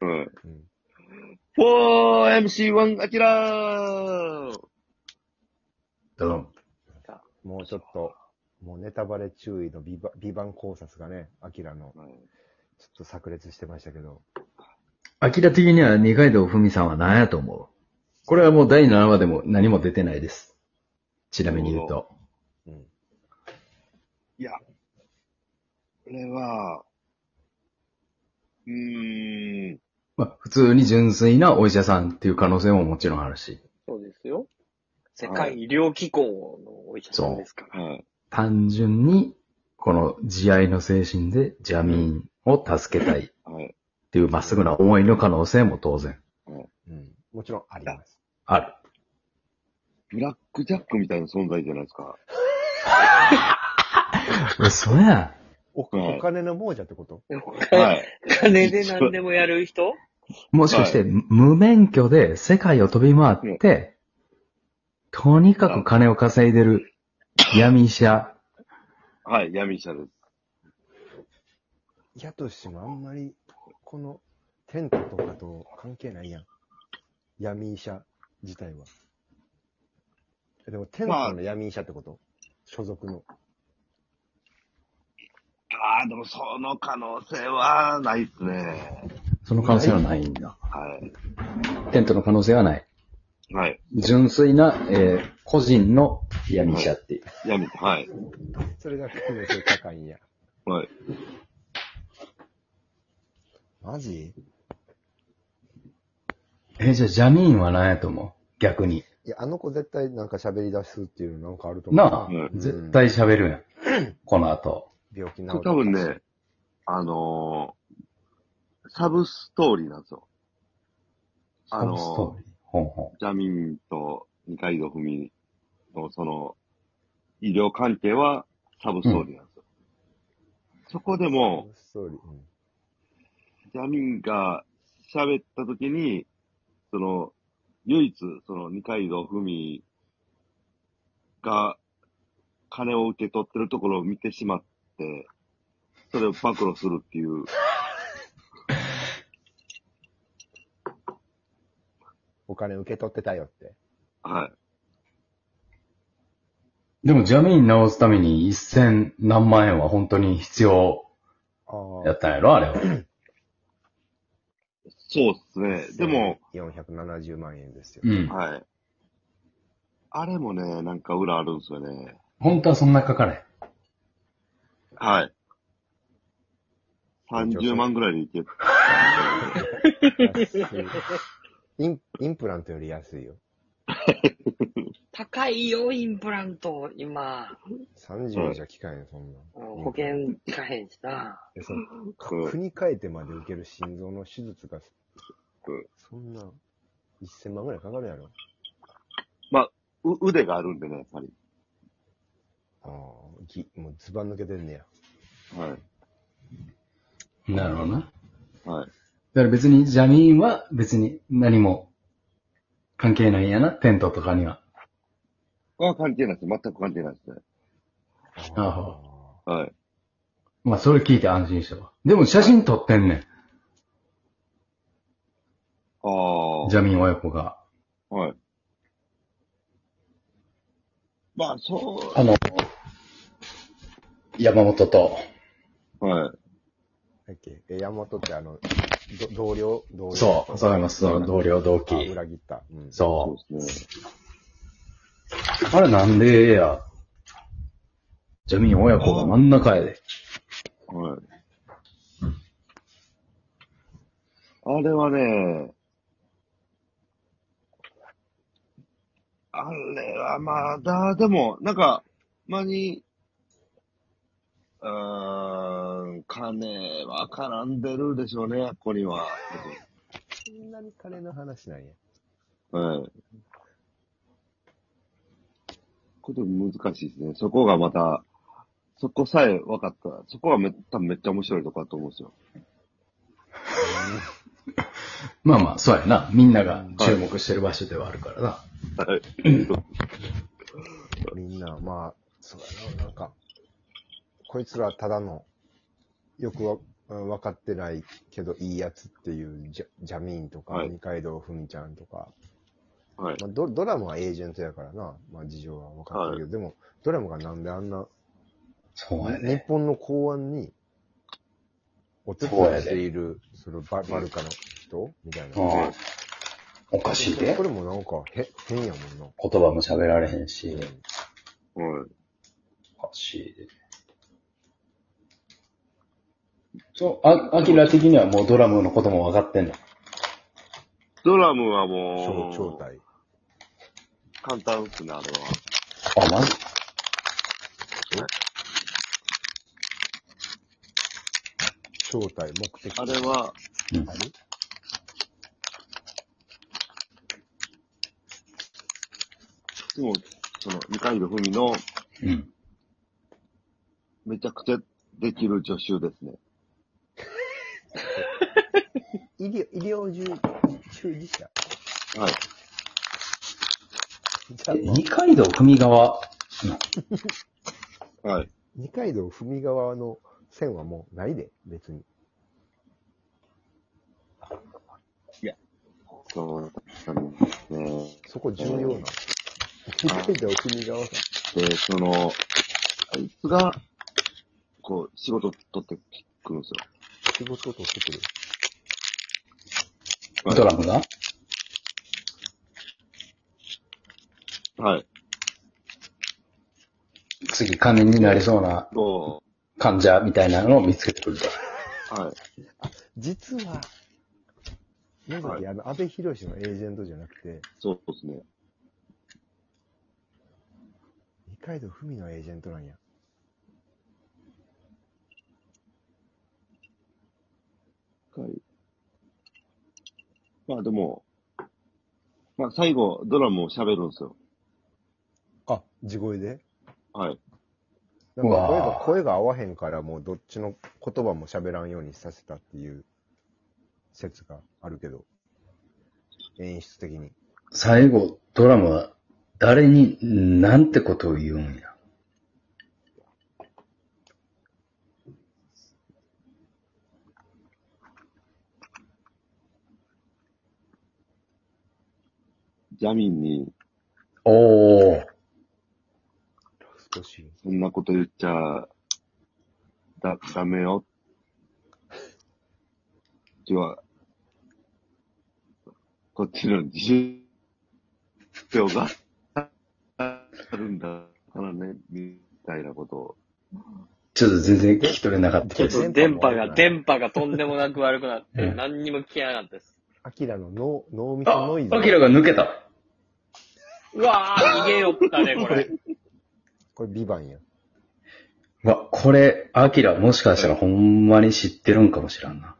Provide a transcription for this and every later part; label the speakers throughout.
Speaker 1: うん。
Speaker 2: うん。
Speaker 1: 4MC1 アキラー
Speaker 3: ドン。
Speaker 2: もうちょっと、もうネタバレ注意のビバビバン考察がね、アキラの、ちょっと炸裂してましたけど。
Speaker 3: アキラ的には二階堂ふみさんは何やと思うこれはもう第7話でも何も出てないです。ちなみに言うと。
Speaker 2: うん。
Speaker 1: いや、これは、うーん、
Speaker 3: まあ、普通に純粋なお医者さんっていう可能性ももちろんあるし、
Speaker 4: そうですよ。世界医療機構のお医者さんですから。
Speaker 1: はい。
Speaker 3: 単純に、この慈愛の精神でジャミーンを助けたいっ
Speaker 1: はい。
Speaker 3: ていうまっすぐな思いの可能性も当然
Speaker 2: うん。もちろんあります。
Speaker 3: ある。
Speaker 1: ブラックジャックみたいな存在じゃないですか。
Speaker 3: 嘘や
Speaker 2: お
Speaker 1: はい
Speaker 2: お金の亡者ってこと
Speaker 4: お
Speaker 1: は
Speaker 4: 金
Speaker 1: い。
Speaker 4: 金で何でもやる人
Speaker 3: ん。もしかして、無免許で世界を飛び回って、とにかく金を稼いでる闇医者。
Speaker 1: はい、闇医者です。
Speaker 2: いやとしてもあんまり、この、テントとかと関係ないやん。闇医者自体は。えでも、テントの闇医者ってこと、所属の。
Speaker 1: ああ、でもその可能性はないですね。
Speaker 3: その可能性はないんだ。
Speaker 1: は
Speaker 3: テントの可能性はない。
Speaker 1: い。はい。
Speaker 3: 純粋な、えー個人の闇医者っていう。
Speaker 1: 闇、はい。
Speaker 2: それが可能性高いんや。
Speaker 1: はい。
Speaker 2: マジ
Speaker 3: えーじゃあジャミーンは何やと思う逆に。
Speaker 2: いや、あの子絶対なんか喋り出すっていうのなんかあると思う。
Speaker 3: なあ、
Speaker 1: うん
Speaker 3: 絶。対喋るやん。この後。
Speaker 2: 病気治
Speaker 1: こ
Speaker 2: っ
Speaker 1: れ
Speaker 2: た
Speaker 1: 多分ね、あのー、サブストーリーなんですよ。あのー
Speaker 3: サブストーリーほんほ
Speaker 1: ジャミンと二階堂ふみのその、医療関係はサブストーリーなんですよ。そこでも、
Speaker 2: ストーリー。うん
Speaker 1: ジャミンが喋った時に、その、唯一、その二階堂ふみが金を受け取ってるところを見てしまって、それを暴露するっていう。
Speaker 2: お金受け取ってたよって。
Speaker 1: はい。
Speaker 3: ん。でもジャミーン直すために一千何万円は本当に必要
Speaker 2: ああ
Speaker 3: やったんやろあれは。
Speaker 1: そうですね。でも、、
Speaker 2: 470万円ですよ。
Speaker 3: うん。
Speaker 1: はい。あれもね、なんか裏あるんですよね。
Speaker 3: 本当はそんなかかれ。
Speaker 1: はい。30万ぐらいでいける。
Speaker 2: 安いインインプラントより安いよ。
Speaker 4: 高いよ、インプラント、今。
Speaker 2: 30じゃ効かへん、そんなん。
Speaker 4: うん保険いかへんしな。
Speaker 2: でその国変えてまで受ける心臓の手術が、そんな、1000万ぐらいかかるやろ。
Speaker 1: う腕があるんでね、やっぱり。
Speaker 2: ああ、ぎもうズバ抜けてんねや。
Speaker 1: は
Speaker 3: なるほどな。
Speaker 1: い。はい。
Speaker 3: だから別にジャミーンは別に何も関係ないんやな、テントとかには。
Speaker 1: これは関係ないです。全く関係ないですね。
Speaker 3: あ
Speaker 1: はい。
Speaker 3: まあそれ聞いて安心したわ。でも写真撮ってんねん。
Speaker 1: ああ。
Speaker 3: ジャミーン親子が。
Speaker 1: はい。まあ、そ
Speaker 3: あの、山本と。
Speaker 1: う。はい。
Speaker 2: だっけえ、山本ってあの、ど同僚同僚
Speaker 3: そう、そういます。その同僚同
Speaker 2: あ
Speaker 3: 期。
Speaker 2: 裏切った。うん。
Speaker 3: そ
Speaker 1: そうですね。
Speaker 3: う。あれなんでや。ジャミーン親子が真ん中やで。
Speaker 1: はい。あれはね、あれはまだ、でも、なんか、まに、うーん、金は絡んでるでしょうね、ここには。
Speaker 2: そんなに金の話なんや。
Speaker 1: はい。こと難しいですね。そこがまた、そこさえ分かったら、そこがめ多分めっちゃ面白いとこだと思うんですよ。
Speaker 3: まあまあ、そうやな。みんなが注目してる場所ではあるからな。
Speaker 1: はい。
Speaker 2: みんな、まあ、そうやな、なんか、こいつらただの、よくわうん分かってないけどいいやつっていうジャジャミーンとか、
Speaker 1: はい
Speaker 2: 二階堂ふみちゃんとか、
Speaker 1: はい。
Speaker 2: まあド、ドラマはエージェントやからな、まあ、事情は分かってるけど、でも、ドラマがなんであんな、
Speaker 3: そうや
Speaker 2: 日
Speaker 3: ね。
Speaker 2: 本の公安に、お手伝いしている、そのババルカの人みたいな。
Speaker 3: うんおかしいで
Speaker 2: こ。れもなんかへ変やもんな。
Speaker 3: 言葉も喋られへん
Speaker 1: は
Speaker 3: し、
Speaker 1: い。
Speaker 3: おかしいで。そう、あ、アキラ的にはもうドラムのことも分かってんの。
Speaker 1: ドラムは
Speaker 2: 超
Speaker 1: も
Speaker 2: 超
Speaker 1: う、
Speaker 2: 体。
Speaker 1: 簡単っすね、あれは。
Speaker 3: あ、マジ
Speaker 2: 超体、目的。
Speaker 1: あれは、
Speaker 3: うん
Speaker 2: あれ
Speaker 1: でも、その、二階堂ふみの、
Speaker 3: うん。
Speaker 1: めちゃくちゃできる助手ですね。
Speaker 2: 医療、医療従従事者。
Speaker 1: はい。
Speaker 2: じゃあ、まあ
Speaker 3: 二階堂ふみ側。
Speaker 1: はい。
Speaker 2: 二階堂ふみ側の線はもうないで、別に。
Speaker 1: そう、確かにね。
Speaker 2: そこ重要なの。二階堂ふみ側さ。
Speaker 1: で、その、あいつが、こう、仕事取ってくるんですよ。
Speaker 2: 仕事を取ってくる。
Speaker 1: はい
Speaker 3: ドラムが
Speaker 1: はい。
Speaker 3: 次、金になりそうな
Speaker 1: そ
Speaker 3: 患者みたいなのを見つけてくると。
Speaker 1: う。はい。
Speaker 2: 実は、宮崎、あの、安倍博士のエージェントじゃなくて、
Speaker 1: そうですね。
Speaker 2: 二階堂ふみのエージェントなんや。
Speaker 1: はい。まあでも、まあ最後、ドラムを喋るんですよ。
Speaker 2: あ、地声で
Speaker 1: はい。
Speaker 2: なんか声
Speaker 3: うわ
Speaker 2: が
Speaker 3: ぁ、
Speaker 2: 声が合わへんから、もうどっちの言葉も喋らんようにさせたっていう説があるけど、演出的に。
Speaker 3: 最後、ドラムは誰に、なんてことを言うんや。
Speaker 1: ジャミンに、
Speaker 3: おー。
Speaker 2: 少し。
Speaker 1: そんなこと言っちゃ、だ、ダメよ。うちは、こっちの自主票があるんだからね、みたいなことを。
Speaker 3: ちょっと全然聞き取れなかった
Speaker 4: ちょっ
Speaker 3: です。
Speaker 4: と電
Speaker 2: 電波も悪
Speaker 4: 波
Speaker 2: くな
Speaker 4: が、
Speaker 2: い
Speaker 4: 電波がとんでもなく悪くなっ
Speaker 3: う
Speaker 4: て、
Speaker 3: ん
Speaker 4: 何にも聞けなかったです。
Speaker 2: アキラの脳、脳みそ
Speaker 3: あ
Speaker 2: ノイ、ズ。
Speaker 3: アキラが抜けた。
Speaker 4: うわー、逃げよったね、こ れ。
Speaker 2: これ、ビバンや。
Speaker 3: わ、これ、アキラもしかしたらほんまに知ってるんかもしらんな。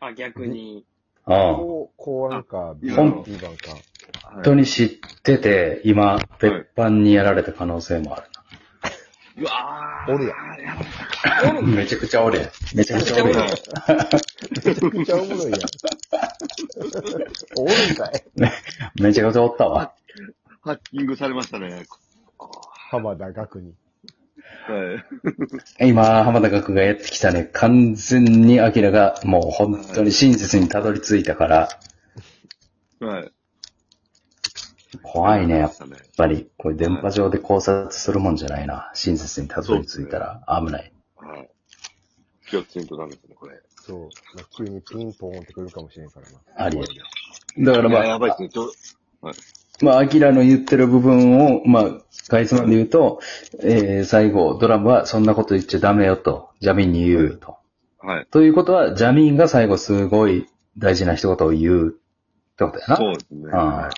Speaker 4: あ、逆に。
Speaker 3: ああ。本
Speaker 2: こう、公安か、ビ
Speaker 1: あ
Speaker 2: バ
Speaker 1: う
Speaker 2: ン
Speaker 1: ん
Speaker 2: ビバンか。
Speaker 1: はい
Speaker 3: 当に知ってて、今、別班にやられた可能性もある
Speaker 4: うわ
Speaker 2: おるやん。
Speaker 3: な。めちゃくちゃおるやん。めちゃくちゃおるやん。
Speaker 2: めちゃくちゃおもろいやん。おるんかい。
Speaker 3: めちゃくちゃおったわ。
Speaker 1: ハッキングされましたね。
Speaker 2: 浜田学に。
Speaker 1: はい。
Speaker 3: 今、浜田学がやってきたね、完全にアキラがもう本当に真実にたどり着いたから、
Speaker 1: はい。
Speaker 3: 怖いね、や
Speaker 1: や
Speaker 3: っ
Speaker 1: っぱね。
Speaker 3: ぱり。これ電波上で考察するもんじゃないな。真実にたどり着いたら危ない。
Speaker 1: はい。気をつけんとダメですね、これ。
Speaker 2: そう。まあ、急にピンポーンってくるかもしれんからな。
Speaker 3: ありえる。だから
Speaker 1: い
Speaker 3: ま
Speaker 1: や、
Speaker 3: あ、
Speaker 1: やばいですね。ちょ
Speaker 3: まあ、アキラの言ってる部分を、まあ、かいつまんで言うと、えー、最後、ドラムはそんなこと言っちゃダメよと、ジャミンに言うと。
Speaker 1: はい。
Speaker 3: ということは、ジャミンが最後すごい大事な一言を言うってことやな。
Speaker 1: そうですね。
Speaker 3: ああ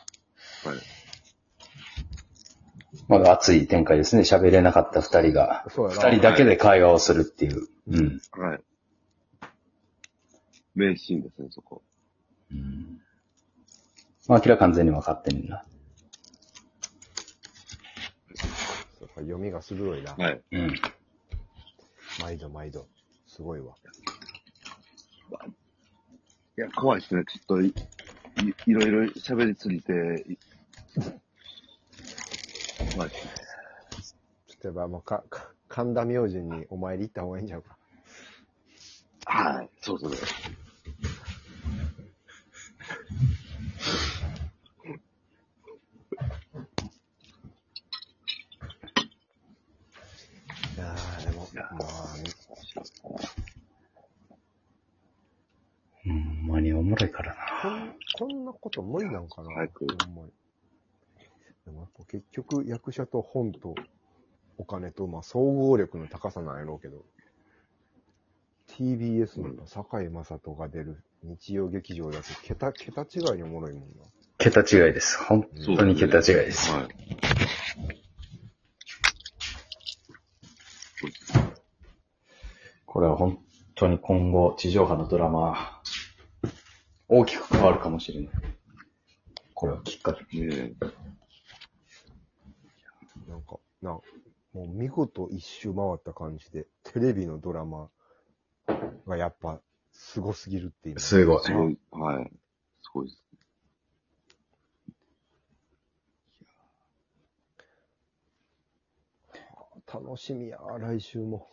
Speaker 1: はい。
Speaker 3: まだ熱い展開ですね。喋れなかった二人が。
Speaker 2: そうやな。
Speaker 3: 二人だけで会話をするっていう。うん。
Speaker 1: はい。名シーンですね、そこ。
Speaker 3: うんまあ、明らか完全に分かってんな。
Speaker 2: やっぱ読みが鋭いな。
Speaker 1: はい。
Speaker 3: うん。
Speaker 2: 毎度毎度。すごいわ。
Speaker 1: いや、怖いですね。ちょっとい、いいろいろ喋りすぎて、い怖いですね。
Speaker 2: 例えば、もうか、か、神田明神にお参り行った方がいいんちゃうか。
Speaker 1: はい。そうそう。
Speaker 2: いやー、でも、まあ、
Speaker 3: ほんまにおもろいから
Speaker 2: こ
Speaker 3: な。
Speaker 2: んこんなこと無理なんかな、
Speaker 1: 早く
Speaker 2: ほんまにでもやっぱ結局役者と本とお金と、まあ、総合力の高さなんやろうけど、TBS の堺井雅人が出る日曜劇場だと桁、桁違いにおもろいもんな。
Speaker 3: 桁違いです。本
Speaker 1: そうだ
Speaker 3: 当
Speaker 1: ね
Speaker 3: に桁違いです。
Speaker 1: はい。
Speaker 3: これは本当に今後、地上波のドラマ、大きく変わるかもしれない。これはきっかけ。
Speaker 1: ねえ。
Speaker 2: なんか、な、もう見事一周回った感じで、テレビのドラマがやっぱすごすぎるって今。
Speaker 3: すごい。
Speaker 1: すごい。はい。すごいです。
Speaker 2: 楽しみや、来週も。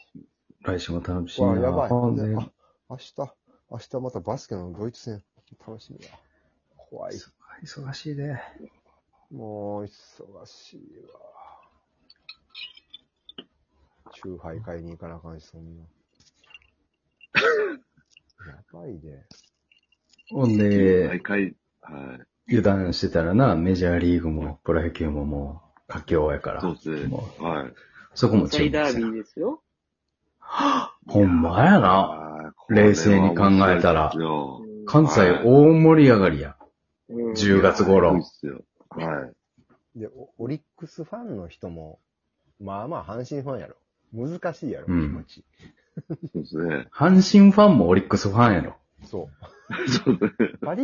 Speaker 3: 来週も楽しみ
Speaker 2: わあ、
Speaker 3: な
Speaker 2: やばい。
Speaker 3: ほんで
Speaker 2: あ、明日、明日またバスケのドイツ戦、楽しみだ。怖い。
Speaker 3: 忙しいで。
Speaker 2: もう、忙しいわ。チューハイ買いに行かなあかんし、そんな。やばいで。
Speaker 3: ほんで
Speaker 1: 大、会、はい。
Speaker 3: 油断してたらな、メジャーリーグもプロ野球ももう、佳境やから。
Speaker 1: そうですね
Speaker 3: も。
Speaker 1: はい。
Speaker 3: そこも
Speaker 4: サイダ
Speaker 3: せ
Speaker 4: ービ
Speaker 3: な
Speaker 4: ーですよ。
Speaker 3: ほんまやな。
Speaker 1: あー
Speaker 3: 冷静に考えたら
Speaker 1: これは面白いで
Speaker 3: 関西大盛り上がりや。
Speaker 4: うん
Speaker 1: すよ
Speaker 3: 10月
Speaker 1: いや
Speaker 3: 頃
Speaker 1: す。ごいっすよはい。
Speaker 2: で、おオリックスファンの人も、まあまあ阪神ファンやろ。難しいやろ、
Speaker 3: うん
Speaker 2: 気持ち。
Speaker 1: そうですね。
Speaker 3: 阪神ファンもオリックスファンやろ。
Speaker 2: そう。
Speaker 1: そうですね。
Speaker 2: パリーグ